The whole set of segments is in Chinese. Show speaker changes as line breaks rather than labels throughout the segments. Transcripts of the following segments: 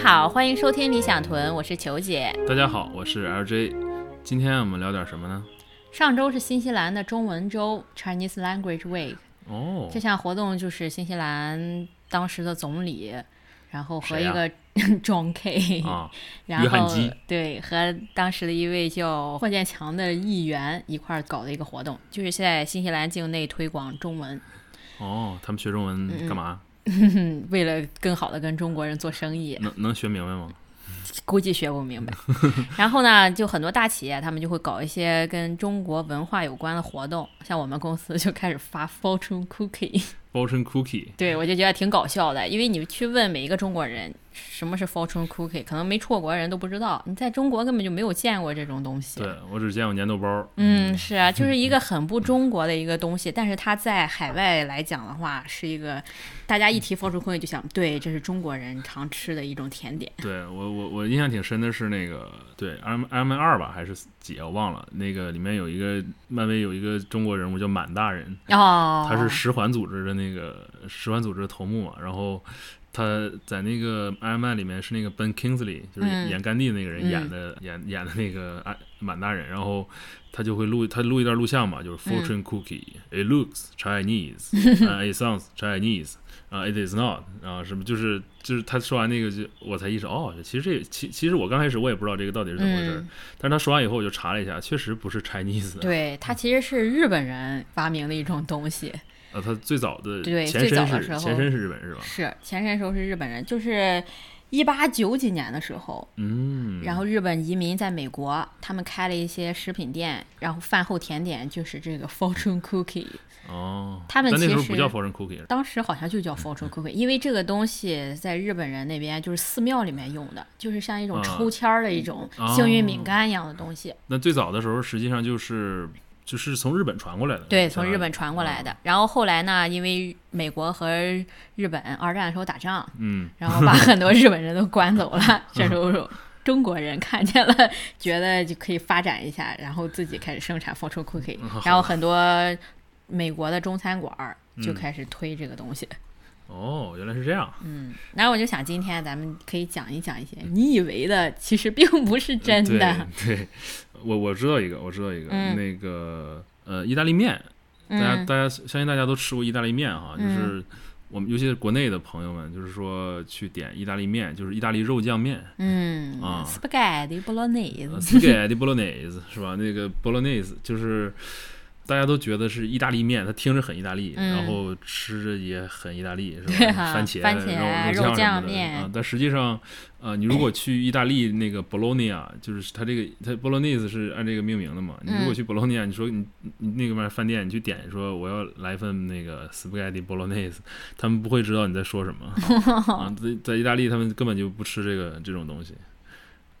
好，欢迎收听理想屯，我是球姐。
大家好，我是 LJ，今天我们聊点什么呢？
上周是新西兰的中文周 （Chinese Language Week），
哦
这，项活动就是新西兰当时的总理，然后和
谁
一
呀
个、John K，、
啊，
然
约翰
后
基
对和当时的一位叫霍建强的议员一块儿搞的一个活动，就是在新西兰境内推广中文，
哦，他们学中文干嘛？
嗯，为了更好的跟中国人做生意。
能能学明白吗？
估计学不明 白。然后呢，就很多大企业他们就会搞一些跟中国文化有关的活动，像我们公司就开始发 fortune cookie，
包成 cookie，
对我就觉得挺搞笑的，因为你去问每一个中国人什么是 fortune cookie，可能没出过国的人都不知道，你在中国根本就没有见过这种东西。
对我只见过粘豆包，
嗯，是啊，就是一个很不中国的一个东西，但是它在海外来讲的话，是一个大家一提 fortune cookie 就想，对，这是中国人常吃的一种甜点。
对我我我印象挺深的是那个对 M M 二吧还是几啊我忘了，那个里面有一个漫威有一个中国人物叫满大人，
哦，
他是十环组织的那个十环组织的头目嘛，然后他在那个《Iron Man》里面是那个 Ben Kingsley，就是
嗯
演甘地那个人
嗯
演的、演演的那个啊满大人，然后他就会录他录一段录像嘛，就是
嗯
Fortune Cookie、It looks Chinese，啊 It sounds Chinese，啊、i t is not，啊、什么就是就是他说完那个就我才意识到哦，其实这其其实我刚开始我也不知道这个到底是怎么回事，
嗯
但是他说完以后我就查了一下，确实不是 Chinese，的
对，它其实是日本人发明的一种东西，
啊，他最早的
对
前
最
身
早的
是
时候
前身是日本是吧？
是前身时候是日本人，就是一八九几年的时候，
嗯，
然后日本移民在美国，他们开了一些食品店，然后饭后甜点就是这个 fortune cookie，
哦，
他们
但那时候
其实
不叫 fortune cookie，
当时好像就叫 fortune cookie，因为这个东西在日本人那边就是寺庙里面用的，就是像一种
啊
抽签儿的一种
哦
幸运饼干一样的东西。
那最早的时候实际上就是就是从日本传过来的，
对，
相
从
当于
日本传过来的。
嗯
然后后来呢，因为美国和日本二战的时候打仗，
嗯，
然后把很 多日本人都关走了。这时候中国人看见了，觉得就可以发展一下，然后自己开始生产 fortune cookie，
嗯好嗯
然后很多美国的中餐馆儿就开始推这个东西。
哦，原来是这样，
嗯，然后我就想，今天咱们可以讲一讲一些你以为的，其实并不是 真的。
对，对我我知道一个，我知道一个，
嗯
那个呃，意大利面，大家、
嗯
大家相信大家都吃过意大利面哈，就是我们尤其是国内的朋友们，就是说去点意大利面，就是意大利肉酱面，
嗯
啊
，spaghetti bolognese，
s p a g h e t t bolognese 是吧？那个 bolognese 就是大家都觉得是意大利面，它听着很意大利，
嗯
然后吃着也很意大利，是吧？
对啊
番茄、
番茄
肉
肉
酱什
酱
么的
面
啊，但实际上，呃，你如果去意大利那个 Bologna，就是它这个它 bolognese 是按这个命名的嘛？你
嗯
如果去 Bologna，你说你你那个边饭店，你去点说我要来份那个 spaghetti bolognese，他们不会知道你在说什么 啊，在在意大利他们根本就不吃这个这种东西。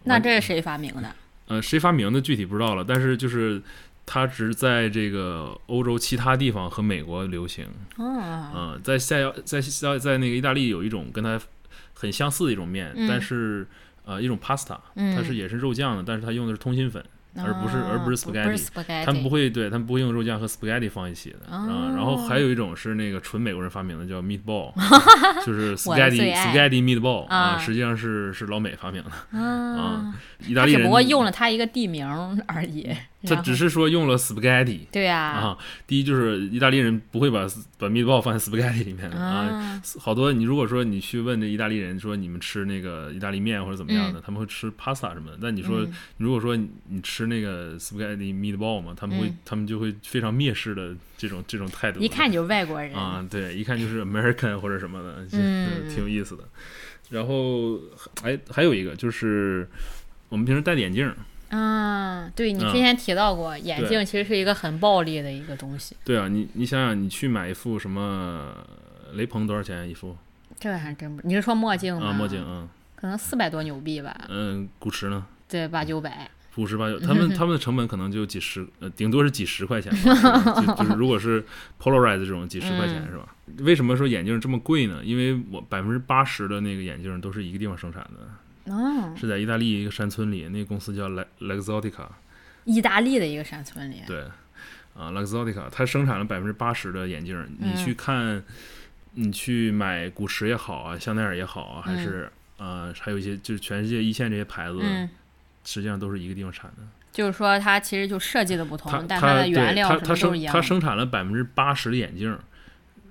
那这是谁发明的？
呃，谁发明的具体不知道了，但是就是它只在这个欧洲其他地方和美国流行。
嗯，
嗯、在在在在在那个意大利有一种跟它很相似的一种面，
嗯
但是呃一种 pasta，
嗯
它是也是肉酱的，但是它用的是通心粉。而不是而不是
啊不是
spaghetti，他们不
spaghetti，
会对他们不会用肉酱和 spaghetti 放一起的啊、
哦
然后还有一种是那个纯美国人发明的，叫 meatball，就是
我的
spaghetti
最爱
spaghetti meatball
啊
实际上是是老美发明的
啊
啊。意大
他
利
只
人
不过用了他一个地名而已。
他
然后
只是说用了 spaghetti
对啊，
啊，第一就是意大利人不会把把 meatball 放在 spaghetti 里面的啊。
啊，
好多你如果说你去问这意大利人说你们吃那个意大利面或者怎么样的，他们会吃 pasta 什么的。但你说、
嗯
如果说你你吃那个 spaghetti meatball 嘛，他们会、
嗯
他们就会非常蔑视的这种这种态度。
一看你就是外国人。
啊，对，一看就是 American 或者什么的，就
嗯
挺有意思的。然后还还有一个就是我们平时戴的眼镜儿，
啊，对你
啊
之前提到过，眼
对
镜其实是一个很暴力的一个东西，
对啊，你你想想，你去买一副什么雷朋多少钱一副
这个还真不。你是说墨镜吗？
啊？墨镜，啊，
可能四百多纽币吧，
嗯，古驰呢？
对，八九百。
五十八 九，他们他们的成本可能就几十，呃，顶多是几十块钱吧，是吧就就是如果是 Polaroid 这种几十块钱
嗯
是吧？为什么说眼镜这么贵呢？因为我百分之八十的那个眼镜都是一个地方生产的，
嗯，
是在意大利一个山村里，那个公司叫 Le Lexotica，
意大利的一个山村里，
对，啊，Luxottica，它生产了百分之八十的眼镜
嗯
儿。你去看，你去买古驰也好啊，香奈儿也好啊，还是呃，还有一些就是全世界一线这些牌子，
嗯，
实际上都是一个地方产的。
就是说它其实就设计的不
它
同，但
它
的原
对它
料什
它
么都是一
生
样
它
的。
生产了百分之八十的眼镜儿，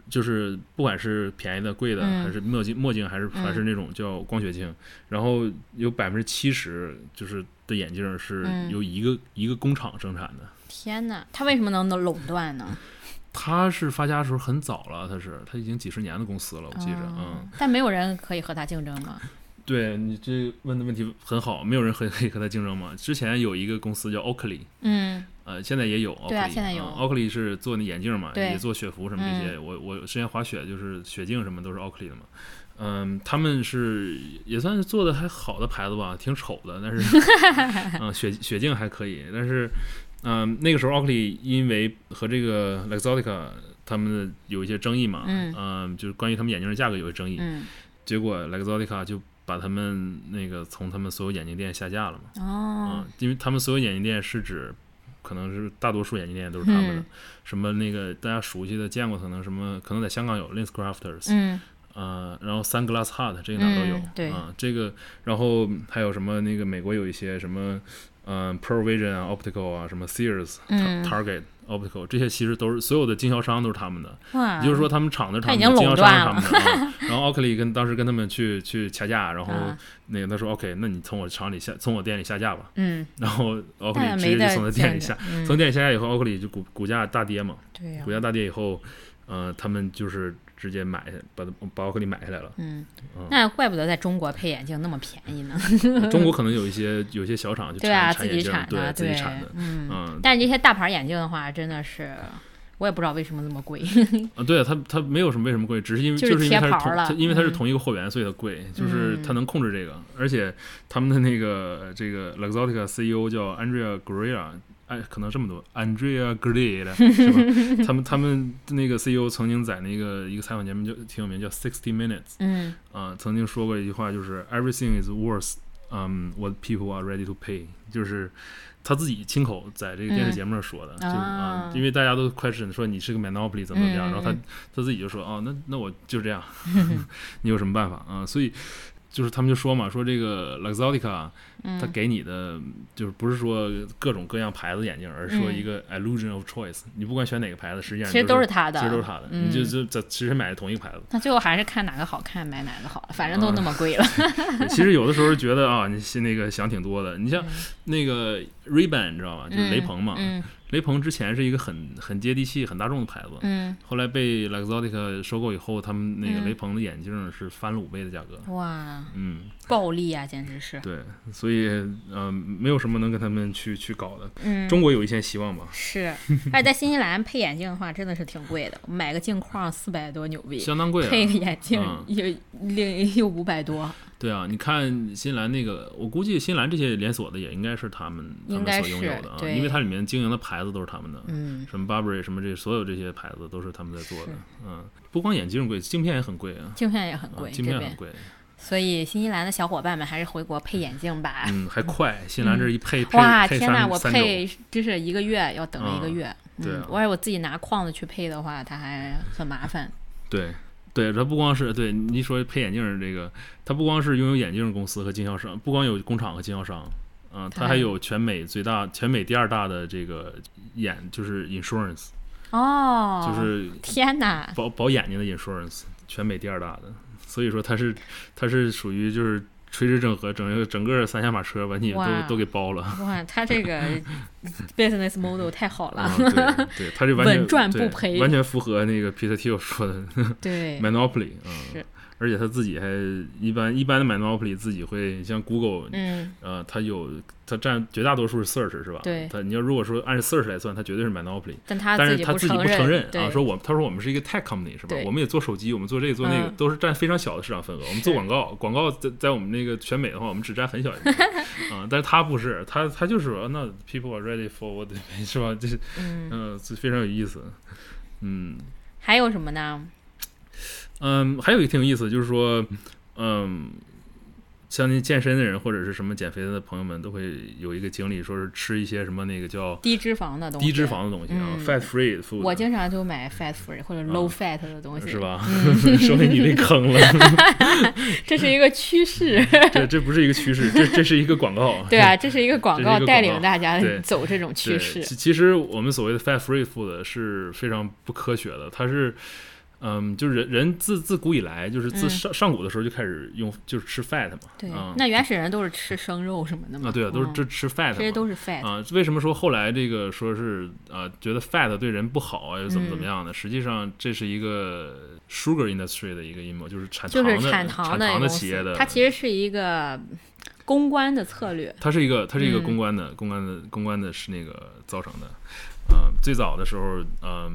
就是不管是便宜的、贵的，
嗯
还是墨镜墨镜，还是还是那种叫光学镜，然后有百分之七十就是的眼镜儿是
嗯
由一个、一个工厂生产的。
天哪，它为什么能能垄断呢？
它是发家的时候很早了，它是它已经几十年的公司了，我记着，
哦
嗯，
但没有人可以和它竞争吗？
对你这问的问题很好，没有人和可以和它竞争嘛。之前有一个公司叫 Oakley，
嗯，
呃，现在也有 Oakley，
对啊现在有
嗯 Oakley 是做那眼镜嘛，
对嗯
也做雪服什么这些。我我之前滑雪就是雪镜什么都是 Oakley 的嘛。嗯，他们是也算是做的还好的牌子吧，挺丑的，但是， 嗯，雪雪镜还可以，但是，嗯，那个时候 Oakley 因为和这个 Luxottica 他们的有一些争议嘛，
嗯
就是关于他们眼镜的价格有些争议，
嗯，
结果 Luxottica 就把他们那个从他们所有眼镜店下架了嘛，
哦
嗯，，因为他们所有眼镜店是指，可能是大多数眼镜店都是他们的，
嗯
什么那个大家熟悉的见过，可能什么可能在香港有 Lens Crafters，、
嗯
呃，然后 Sunglass Hut 这个哪儿都有，
嗯对
啊这个然后还有什么那个美国有一些什么，嗯、p r o Vision 啊，Optical 啊，什么 Sears、
嗯
Target。Optical 这些其实都是所有的经销商都是他们的，
哇，
也就是说他们厂子是他们的，
啊他已经
经销
垄
商
断
是他们 的。啊然后奥克利跟当时跟他们去去掐架，然后
啊
那个他说 OK，那你从我厂里下从我店里下架吧，
嗯，
然后奥克利
但
直
没
接就
得
从他
竞
店里
争
下，，
嗯
从店里下来以后，奥克利就股股价大跌嘛，
对呀
股，价大跌以后，呃，他们就是直接买下，把它把奥克利买下 来了。
嗯
嗯，
那怪不得在中国配眼镜那么便宜呢。
中国可能有一些有一些小厂就
对啊，
产
自
产
己
眼镜儿
产，
对
的，
自己产的，
嗯。
嗯，
但是这些大牌眼镜的话，真的是我也不知道为什么这么贵。
啊，对啊，它它没有什么为什么贵，只是因为
就是
就是因为它
贴
是
牌
同
儿了
它因为它是
嗯
同一个货源，所以它贵，就是它
嗯
能控制这个，而且他们的那个这个 Luxottica CEO 叫 Andrea Guerra。哎，可能这么多，Andrea g r e r 是 吧？他们他们那个 CEO 曾经在那个一个采访节目就挺有名，叫《Sixty Minutes》
嗯
啊、曾经说过一句话，就是 “Everything is worth，嗯、w h a t people are ready to pay”，就是他自己亲口在这个电视
嗯
节目上说的，就是
啊
啊、因为大家都 question 说你是个 monopoly 怎么怎么样，
嗯
然后他他自己就说哦，那那我 就这样，你有什么办法啊？所以就是他们就说嘛，说这个 Luxottica 它
嗯，
给你的就是不是说各种各样牌子眼镜，而是说一个 illusion of choice，你不管选哪个牌子，实际上
嗯其实
都
都是他的，
其实都是它的，
嗯
你就就在其实买的同一个牌子。
那最后还是看哪个好看买哪个好了，反正都那么贵 了。
对其实有的时候觉得啊，你是那个想挺多的。你像
嗯
那个 Ray-Ban，你知道吧？就是雷朋嘛。
嗯
雷朋之前是一个很很接地气、很大众的牌子，
嗯，
后来被 Luxottica 收购以后，他们那个
嗯
雷朋的眼镜是翻了五倍的价格。
嗯哇，
嗯，
暴利啊，简直是。
对，所以嗯，没有什么能跟他们去去搞的。
嗯，
中国有一线希望吧。
是， 而且在新西兰配眼镜的话，真的是挺贵的，买个镜框四百多纽币。
相当贵、啊，
配个眼镜
嗯
有另有五百多，
对啊，你看新兰那个，我估计新兰这些连锁的也应该是他们他
应
们
该
所拥有
是
的啊，
对
因为它里面经营的牌子都是他们的。
嗯，
什么 Burberry 什么这所有这些牌子都是他们在做的
是，
嗯，不光眼镜贵，镜片也很贵啊，
镜片也很
啊
贵，
镜
这
片很
边。
贵，
所以新西兰的小伙伴们还是回国配眼镜吧。
嗯，还快，新兰这一配配
哇，
配
天哪！
三
我
三
配
种，
真是一个月要等了一个
嗯
月。
对
嗯
啊，
我要我自己拿框子去配的话，它还很麻烦。
对。对，它不光是对你一说配眼镜儿这个，它不光是拥有眼镜公司和经销商，不光有工厂和经销商，嗯、
它
它还
还
有全美最大、全美第二大的这个眼就是 insurance，、
哦，
就是
天哪！
保保眼睛的 insurance，全美第二大的，所以说它是它是属于就是垂直整合，整个整个三驾马车把你都
哇
都给包了。
哇，他这个 business model 太好了。
嗯、对对，它这完全
稳赚不
对
赔
完全符合那个 Peter Thiel 说的
对，
monopoly，嗯
是，，
而且他自己还一般一般的 monopoly 自己会像 Google，、
嗯，
呃，它有它占绝大多数是 search 是吧？
对
它你要如果说按 search 来算，它绝对是 monopoly，
但他
但
自
是
己
他自己
承
不承认啊，
对，
说我们他说我们是一个 tech company 是吧
对？
我们也做手机，我们做这个做那个，
嗯
都是占非常小的市场份额。我们做
是
广告，广告在在我们那个全美的话，我们只占很小一部 分啊。但是他不是，他他就是说，那 people are ready for what they pay 是吧？这是
嗯，
嗯，这非常有意思。嗯
还有什么呢？
嗯，还有一个挺有意思，就是说，嗯，像那健身的人或者是什么减肥的朋友们，都会有一个经历，说是吃一些什么那个叫
低脂肪的东西，
低脂肪的东西啊
嗯
，fat free food。
我经常就买 fat free 或者 low fat 的东西，
啊
嗯
是？吧？ 说明你被坑了，
这是一个趋势，
这这不是一个趋势，这这是一个广 告。
对 啊，这是一个广
这是一
告
个
带
广
领
告
大家
对
走这种趋
对，
势。
其其实我们所谓的 fat free food 是非常不科学的，它是，嗯，就是人人自自古以来就是自
嗯
上、上古的时候就开始用就是吃 fat 嘛，
对，
啊、
那原始人都是吃生肉什么的嘛？
啊对啊，都是
嗯
这吃 fat
这些
嘛。
都是 fat，、
啊，为什么说后来这个说是啊，觉得 fat 对人不好啊，又怎么怎么
嗯
样的？实际上这是一个 sugar industry 的一个阴谋，就是产
就
的
是
产
糖
的
的公
企业
司
的，，
它其实是一个公关的策略。
它是一个，它是一个
嗯
公关的，公关的，公关的是那个造成的。呃，最早的时候，嗯、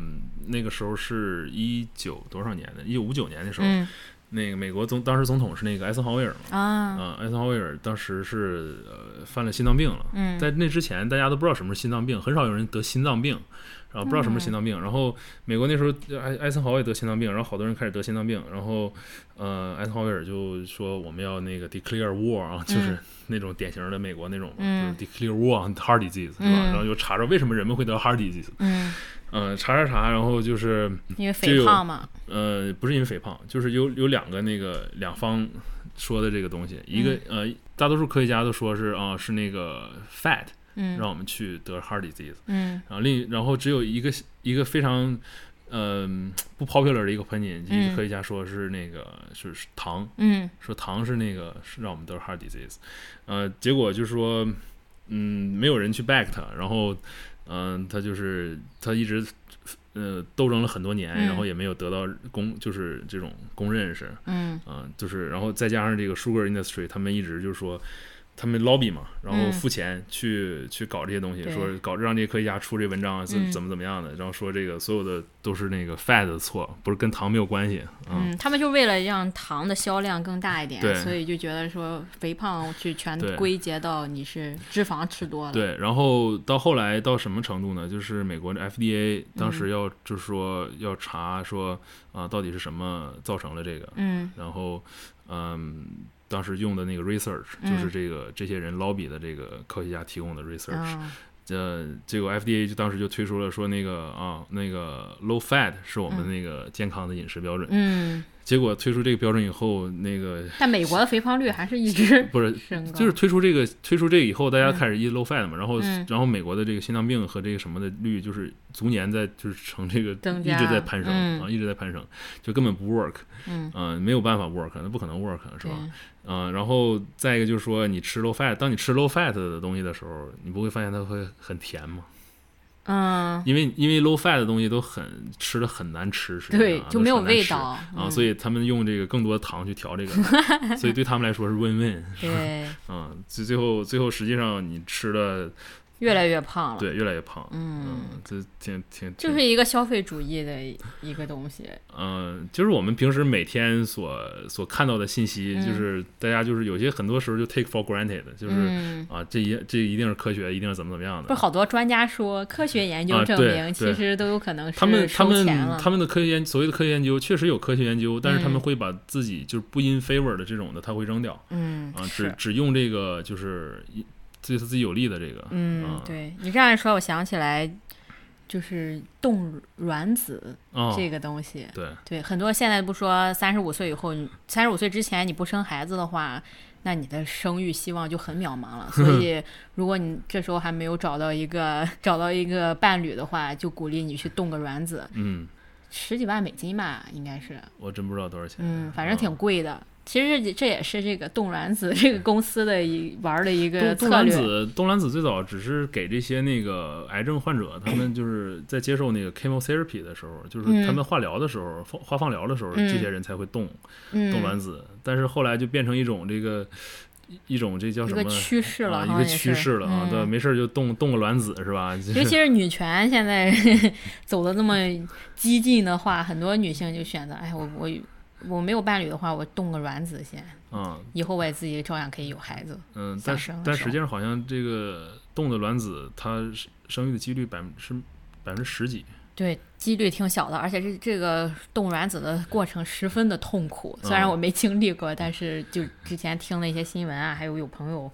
那个时候是一九多少年的？一九五九年的时候，
嗯
那个美国总当时总统是那个艾森豪威尔嘛，
啊，
啊、艾森豪威尔当时是呃犯了心脏病了，
嗯
在那之前大家都不知道什么是心脏病，很少有人得心脏病，然后不知道什么是心脏病，
嗯
然后美国那时候呃艾艾森豪也得心脏病，然后好多人开始得心脏病，然后呃艾森豪威尔就说我们要那个 declare war 啊，就是那种典型的美国那种，
嗯
就是 declare war on heart disease 对
嗯
吧？然后就查查为什么人们会得 heart disease，
嗯，
嗯、查查查，然后就是
因为
就
肥
有
胖嘛，
呃，不是因为肥胖，就是有有两个那个两方说的这个东西，一个、
嗯
呃，大多数科学家都说是啊、是那个 fat
嗯
让我们去得 heart disease，
嗯
然后另然后只有一个一个非常嗯、不 popular 的一个 opinion，一
嗯
个科学家说是那个、是是糖，
嗯
说糖是那个是让我们得 heart disease，呃，结果就是说，嗯，没有人去 back 他，然后，嗯、他就是他一直，呃，斗争了很多年，
嗯
然后也没有得到公，就是这种公认是，
嗯
嗯、就是然后再加上这个 sugar industry，他们一直就是说。他们 lobby 嘛，然后
嗯
付钱去、去搞这些东西，
对
说搞让这些科学家出这文章啊，
嗯
怎怎么怎么样的，然后说这个所有的都是那个 fat 的错，不是跟糖没有关系，嗯
嗯，他们就为了让糖的销量更大一点
对，
所以就觉得说肥胖去全
对
归结到你是脂肪吃多了。
对，然后到后来到什么程度呢？就是美国的 FDA 当
嗯
时要就是说要查说啊、到底是什么造成了这个，
嗯
然后嗯，当时用的那个 research
嗯
就是这个、这些人 lobby 的这个科学家提供的 research，、
啊
呃，结果 FDA 就当时就推出了说那个啊那个 low fat 是我们
嗯
那个健康的饮食标准，
嗯，
结果推出这个标准以后，那个
但美国的肥胖率还是一 直
不是
升高，
就是推出这个推出这个以后，大家
嗯
开始一 low fat 嘛，然后、
嗯
然后美国的这个心脏病和这个什么的率就是逐年在就是呈这个
增
一
加
直在攀升、
嗯
啊，一直在攀升，就根本不 work，
嗯
嗯、没有办法 work，那不可能 work 是
对
吧？嗯、然后再一个就是说你吃 low fat，当你吃 low fat 的东西的时候，你不会发现它会很甜吗？
嗯
因为因为 low fat 的东西都很吃的很难吃，实际
对
上啊
就
都
没有
很难
味
吃
道
啊，
嗯
所以他们用这个更多的糖去调这 个，所以对他们来说是 win win。
对，
啊，最最后最后实际上你吃的
越来越胖了。
对越来越胖，
嗯，
嗯，这挺挺
就是一个消费主义的一个东西。
嗯、就是我们平时每天所所看到的信息，
嗯
就是大家就是有些很多时候就 take for granted，就是、
嗯，
啊，这一这一定是科学，一定是怎么怎么样
不
的
是。好多专家说，科学研究
啊
证
对
明，其
对
实都有可能是
他们他
收
们
钱了
他们的科学研所谓的科学研究确实有科学研究，但是他们
嗯
会把自己就是不 in favor 的这种的他会扔掉
嗯
啊，只
是。
只用这个就是一对自己有利的这个
嗯
啊，
对你这样一说，我想起来，就是冻卵子
啊
这个东西。
对
对，很多现在不说三十五岁以后，三十五岁之前你不生孩子的话，那你的生育希望就很渺茫了。所 以，如果你这时候还没有找到一个找到一个伴侣的话，就鼓励你去冻个卵子，
嗯，
十几万美金吧，应该是，
我真不知道多少钱，
嗯，反正
啊
挺贵的。其实这这也是这个冻卵子这个公司的一玩儿的一个策
冻冻卵
略。
子，冻卵子最早只是给这些那个癌症患者，他 们就是在接受那个 chemotherapy 的时候，就是
嗯
他们化疗的时候，放化放疗的时候，
嗯
这些人才会冻冻
嗯，
卵子。但是后来就变成一种这个一种这叫
一
什
个
么？
趋势了，好
啊，一
像
个
也是
趋势了啊！对，
嗯
没事儿就冻冻个卵子是吧？就
尤
是
其是女权现在 走的那么激进的话，很多女性就选择，哎，我我我没有伴侣的话，我冻个卵子先，
啊，
以后我也自己照样可以有孩子。
嗯，
想生
但是
的
但
时
实际上好像这个冻的卵子，它生生育的几率百分是百分之十几，
对，几率挺小的，而且这这个冻卵子的过程十分的痛苦。虽
啊
然我没经历过，但是就之前听了一些新闻啊，还有有朋友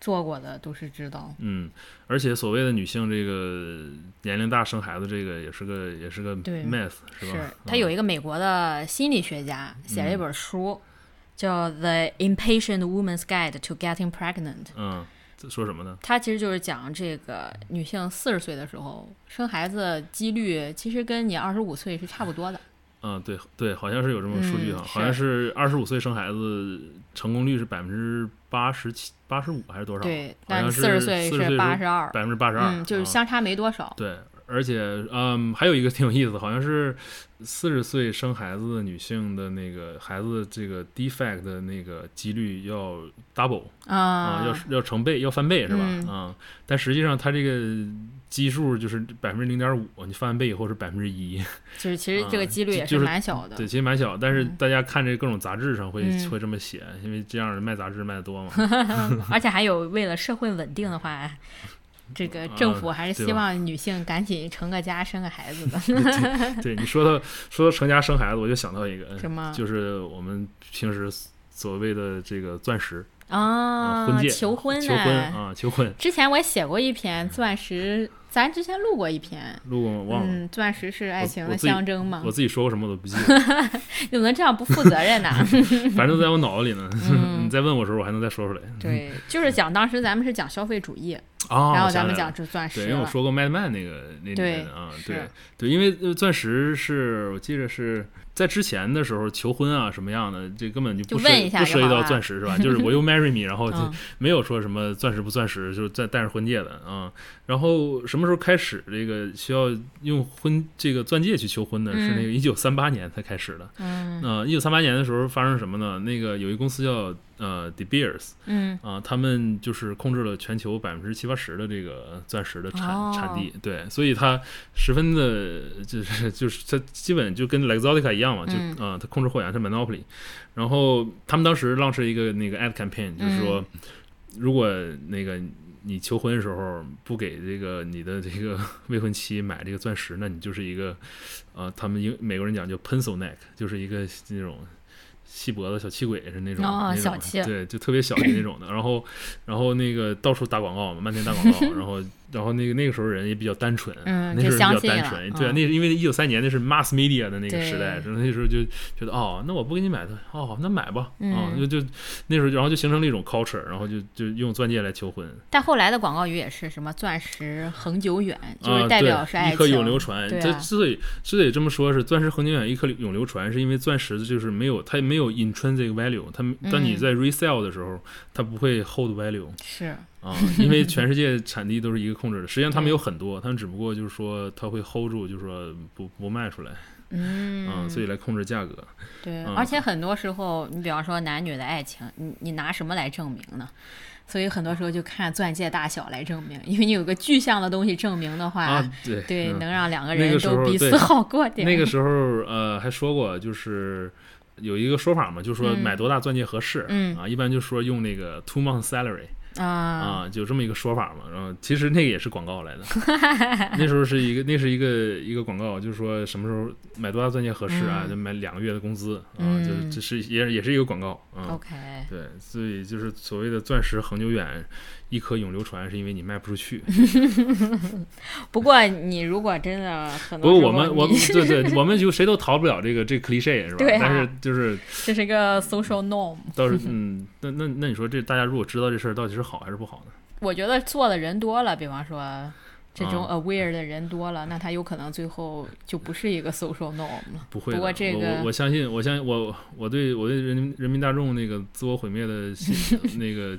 做过的都是知道。
嗯，而且所谓的女性这个年龄大生孩子，这个也是个也是个
对
myth 是吧
是？他
嗯
有一个美国的心理学家写了一本书，叫《The Impatient Woman's Guide to Getting Pregnant》。
嗯，这说什么呢？
它其实就是讲这个女性四十岁的时候生孩子几率，其实跟你二十五岁是差不多的。
嗯，对对，好像是有这么个数据
嗯
哈，
是
好像是二十五岁生孩子成功率是百分之八十七、八十五还是多少？
对，
好像
但
是
四十岁
40
是八十二，
百分之八十二，啊
嗯，就是相差没多少。
对，而且嗯，还有一个挺有意思，好像是四十岁生孩子的女性的那个孩子这个 defect 的那个几率要 double 啊、
啊，
要要成倍，要翻倍是吧？
嗯
啊但实际上它这个基数就是百分之零点五，你翻倍以后是百分之一，
就是其实这个
啊
几率
就
也
就是是
蛮小的。
对，其实蛮小，但是
嗯
大家看这各种杂志上会、
嗯
会这么写，因为这样卖杂志卖的 多嘛。
而且还有为了社会稳定的话，这个政府还是
啊对
希
吧
望女性赶紧成个家、生个孩子的。
对你说到说到成家生孩子，我就想到一个，
什么啊
就是我们平时所谓的这个钻石
啊
婚戒、
求婚哎
求
呢、
婚啊，求婚。
之前我也写过一篇钻石，咱之前录过一篇。
录过吗？忘了。
嗯，钻石是爱
我
情
我
的
自己
象征嘛
我？自己说过什么我都不记 得，
你怎么能这样不负责任呢？
反正在我脑子里呢。
嗯
你再问我的时候，我还能再说出来。
对，就是讲当时咱们是讲消费主义，
啊，
然后
我想
咱们
起来
讲
了。
这钻石
对，因为我
了。
说过麦麦那个那里面的啊，
啊对
对
是
对，因为呃钻石是我记着是在之前的时候求婚啊什么样的，这根本就
就
不涉
问一下
不
就
涉及
好
到
了
钻石是吧？就是 我又 marry me，然后就
嗯
没有说什么钻石不钻石，就是在戴着婚戒的啊。然后什么时候开始这个需要用婚这个钻戒去求婚呢？是那个一九三八年才开始的。
嗯
嗯，一九三八年的时候发生什么呢？那个有一公司叫呃 De Beers
嗯
啊、他们就是控制了全球百分之七八十的这个钻石的产、
哦
产地，对，所以它十分的就是就是它基本就跟 Lexotica 一样嘛，就啊
嗯、
它控制货源，它 monopoly。然后他们当时 launch 了一个那个 ad campaign，就是说、
嗯
如果那个。你求婚的时候不给这个你的这个 未婚妻买这个钻石，那你就是一个，呃，他们英美国人讲叫 pencil neck，就是一个那种细脖子小气鬼是那种，
哦
那种
小气
对，就特别小的那种的。然后，然后那个到处打广告嘛，漫天打 广告。然后，然后那个那个时候人也比较单纯，
嗯
那
就
时候人
相
比
信
较单
了
纯，对啊，
嗯
那是因为一九三年那是 mass media 的那个
对
时代，那时候就觉得哦，那我不给你买的，哦，那买吧，啊，
嗯
就就那时候，然后就形成了一种 culture，然后就就用钻戒来求婚，
但后来的广告语也是什么“钻石恒久远”，就
啊，
是代
对
表是爱
一
情。
颗永流传。
对
这
啊
之所以之所以这么说，是钻石恒久远，一颗永流传，是因为钻石就是没有它没有 intrinsic value，它当你
嗯
在 resell 的时候，它不会 hold value
是
啊，因为全世界产地都是一个控制的。实际上他们
对
有很多，他们只不过就是说它会 hold 住，就是说不不卖出来啊，
嗯，
所以来控制价格。
对，
嗯
而且很多时候，你比方说男女的爱情，你你拿什么来证明呢？所以很多时候就看钻戒大小来证明，因为你有个具象的东西证明的话，
啊，对
对，
嗯
能让两个
那
人
个时
都
候
彼此
对
好过点。
那个时候呃还说过，就是有一个说法嘛，就是说
嗯
买多大钻戒合适，
嗯
啊，一般就说用那个 two month salary。
啊，
啊，有这么一个说法嘛。然后其实那个也是广告来的， 那时候是一个那是一个一个广告，就是说什么时候买多大钻戒合适啊，
嗯
就买两个月的工资啊，
嗯哦
就是这是也也是一个广告啊。
OK，
对，所以就是所谓的钻石恒久远，一颗永流传，是因为你卖不出 去。
不过你如果真的很
不
多
过
时候
我们我
你
们对对，我们就谁都逃不了这个 这 cliche 是吧？
对啊
但是就是
这是个 social norm，
倒是嗯，那那那你说这大家如果知道这事儿到底是好还是不好呢？
我觉得做的人多了，比方说。这种
啊
aware 的人多了，那他有可能最后就不是一个 social norm 了。
不会的，
不过这个
我我我相信，我相信我我对我对人民人民大众那个自我毁灭 的信那个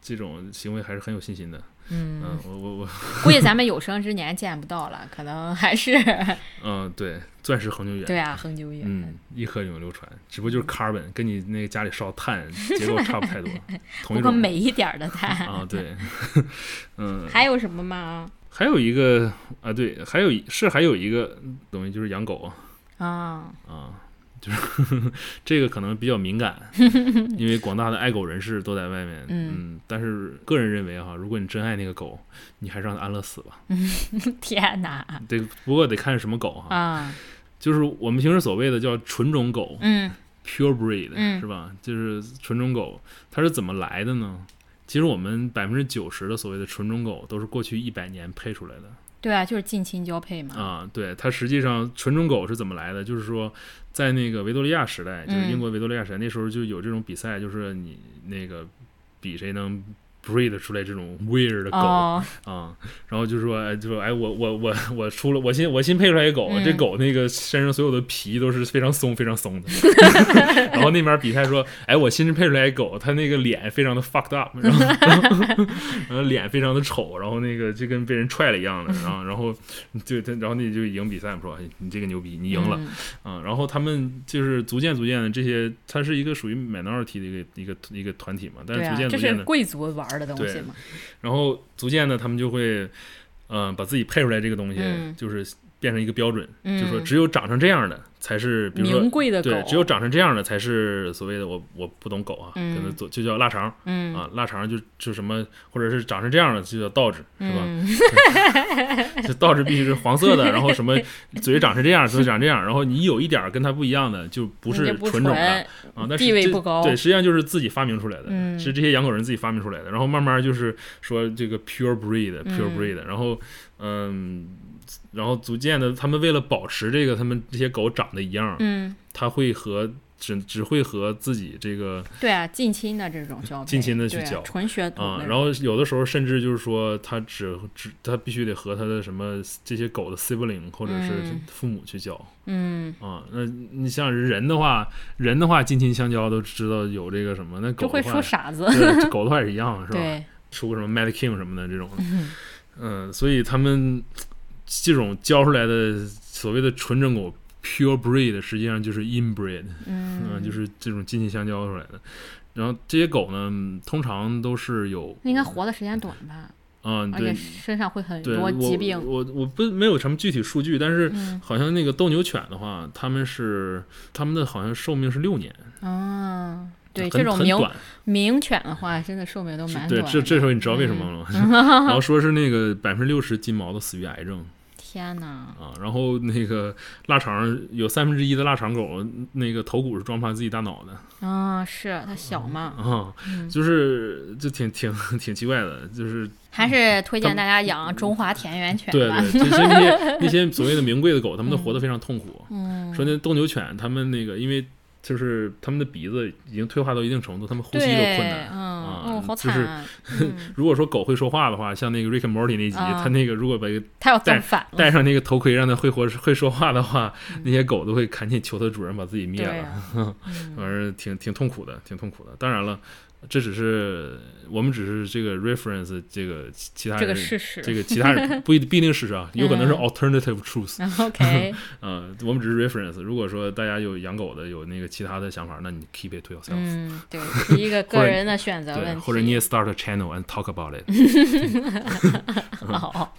这种行为还是很有信心的。
嗯
嗯，我我我
估计咱们有生之年见不到了，可能还是
嗯，对，钻石恒久远，
对啊，恒久远。
嗯，一颗永流传，只不过就是 carbon，跟你那个家里烧 炭结构差不太多，
不
同一
过
种
美一点儿的碳。
啊，对，嗯，
还有什么吗？
还有一个啊，对，还有一是还有一个东西就是养狗
啊，
啊，就是 这个可能比较 敏感，因为广大的爱狗人士都在外面。
嗯
嗯，但是个人认为哈，如果你真爱那个狗，你还是让它安乐死吧。
天哪
得不过得看是什么狗哈，
嗯啊，
就是我们平时所谓的叫纯种狗
嗯
（pure breed），、
嗯
是吧？就是纯种狗，它是怎么来的呢？其实我们百分之九十的所谓的纯种狗都是过去一百年配出来的。
对啊，就是近亲交配嘛。
啊，对，它实际上纯种狗是怎么来的？就是说，在那个维多利亚时代，就是
嗯
英国维多利亚时代，那时候就有这种比赛，就是你那个比谁能 breed 出来这种 weird 的狗、
哦，
啊。然后就说，哎，就说，哎，我我我我出了，我新我新配出来一狗，
嗯
这狗那个身上所有的皮都是非常松非常 松的。然后那边比赛说，哎，我新配出来一狗，它那个脸非常的 fucked up，然后 然后脸非常的丑，然后那个就跟被人踹了一样的，然后然后就他然后那就赢比赛嘛，说哎你这个牛逼，你赢了。
嗯，
嗯，然后他们就是逐渐逐渐的这些，它是一个属于 minority 的一个一个一个团体嘛，但
对
是逐
啊，
渐
这
逐渐
是
的，
贵族玩的东西
对
嘛。
然后逐渐的他们就会，嗯、把自己配出来这个东西，
嗯
就是变成一个标准，
嗯，
就说只有长成这样的才是，比如
名
说。
贵的狗，
对，只有长成这样的才是所谓的我我不懂狗啊，
嗯
可能做就叫腊肠
嗯
啊，腊肠就就什么，或者是长成这样的就叫倒置，是吧？
嗯
就倒置必须是黄 色的，然后什么嘴长成这样，嘴长这样，然后你有一点儿跟它不一样的，就不
人
是
家不
纯种了啊。但是
地位
这
不高
对，实际上就是自己发明出来的，
嗯
是这些养狗人自己发明出来的。然后慢慢就是说这个 pure breed、
嗯
pure breed，然后嗯，然后逐渐的，他们为了保持这个他们这些狗长得一样，
嗯，
它会和只只会和自己这个
对啊，近亲的这种交配，
近亲的去
对啊
交
纯血统
啊、
的，
然后有的时候甚至就是说，他只只他必须得和他的什么这些狗的 sibling 或者是
嗯
父母去交
嗯，
啊、那你像人的话，人的话近亲相交都知道有这个什么，那
就
狗
会
的
说
话，
傻子，
对，这狗的话也一样是吧？
对，
出个什么 Mad King 什么的这种的，
嗯
嗯、所以他们这种教出来的所谓的纯正狗 pure breed，实际上就是 inbreed。嗯，
嗯，
就是这种近亲相交出来的。然后这些狗呢，嗯通常都是有，
那应该活的时间短吧，
嗯，
而且
对
身上会很
对，
多
我
疾病，
我我不没有什么具体数据，但是
嗯
好像那个斗牛犬的话，他们是他们的好像寿命是六年，
啊，对，
很
这种
很
名
短。
名犬的话，真的寿命都蛮
对，
短
这这
的
时候你知道为什么了 吗？然后说是那个百分之六十金毛都死于癌症
天哪，
啊，然后那个腊肠有三分之一的腊肠狗那个头骨是撞破自己大脑的。
啊，是它小嘛，
啊、
嗯
就是就挺挺挺奇怪 的，就是
还是推
嗯
荐
咱们
大家养中华田园犬
对
吧，
对，其实那些那 些所谓的名贵的狗，它们都活得非常痛苦。
嗯，
说那斗牛犬，它们那个因为就是它们的鼻子已经退化到一定程度，它们呼吸都困
对，
难。
嗯，
啊
哦，好
就
惨
是
啊，嗯
如果说狗会说话的话，像那个 Rick and Morty 那集，
啊
它那个如果把一个
它要
带
造反了，
戴上那个头盔，让它会活会说话的话，那些狗都会赶紧求它主人把自己灭
对
了。呃
啊， 嗯
反正挺挺痛苦的，挺痛苦的。当然了，这只是我们只是这个 reference 这个其其他人
这个事实，
这个其 他人不一定不一定事实啊，有可能是
嗯
alternative truth。
OK，
嗯，我们只是 reference。如果说大家有养狗的，有那个其他的想法，那你 keep it to yourself。
嗯，对，是一个
或
个
者
人的选择
对，
问题。
或者你也 start a channel and talk about it。
好，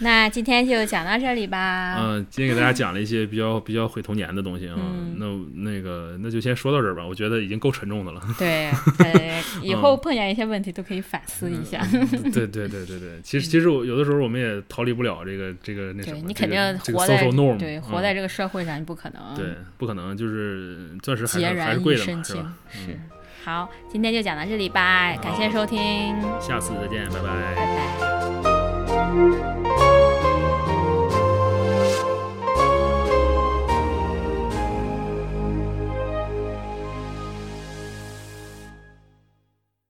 那今天就讲到这里吧。
嗯，今天给大家讲了一些比较比较毁童年的东西啊。
嗯
那那个那就先说到这儿吧，我觉得已经够沉重的了。
对，呃，以后碰见一些问题都可以反思一下。
对对对对对，其实其实我有的时候我们也逃离不了这个这个那什么
对，
这
你肯定
个这个
活在
social norm，
对
嗯
活在这个社会上，你不可能
对，不可能就是钻石
孑
还是还是
然
贵
一
的
身
嘛，是
轻
吧？。
是，好，今天就讲到这里吧，感谢收听，
下次再见，拜
拜拜。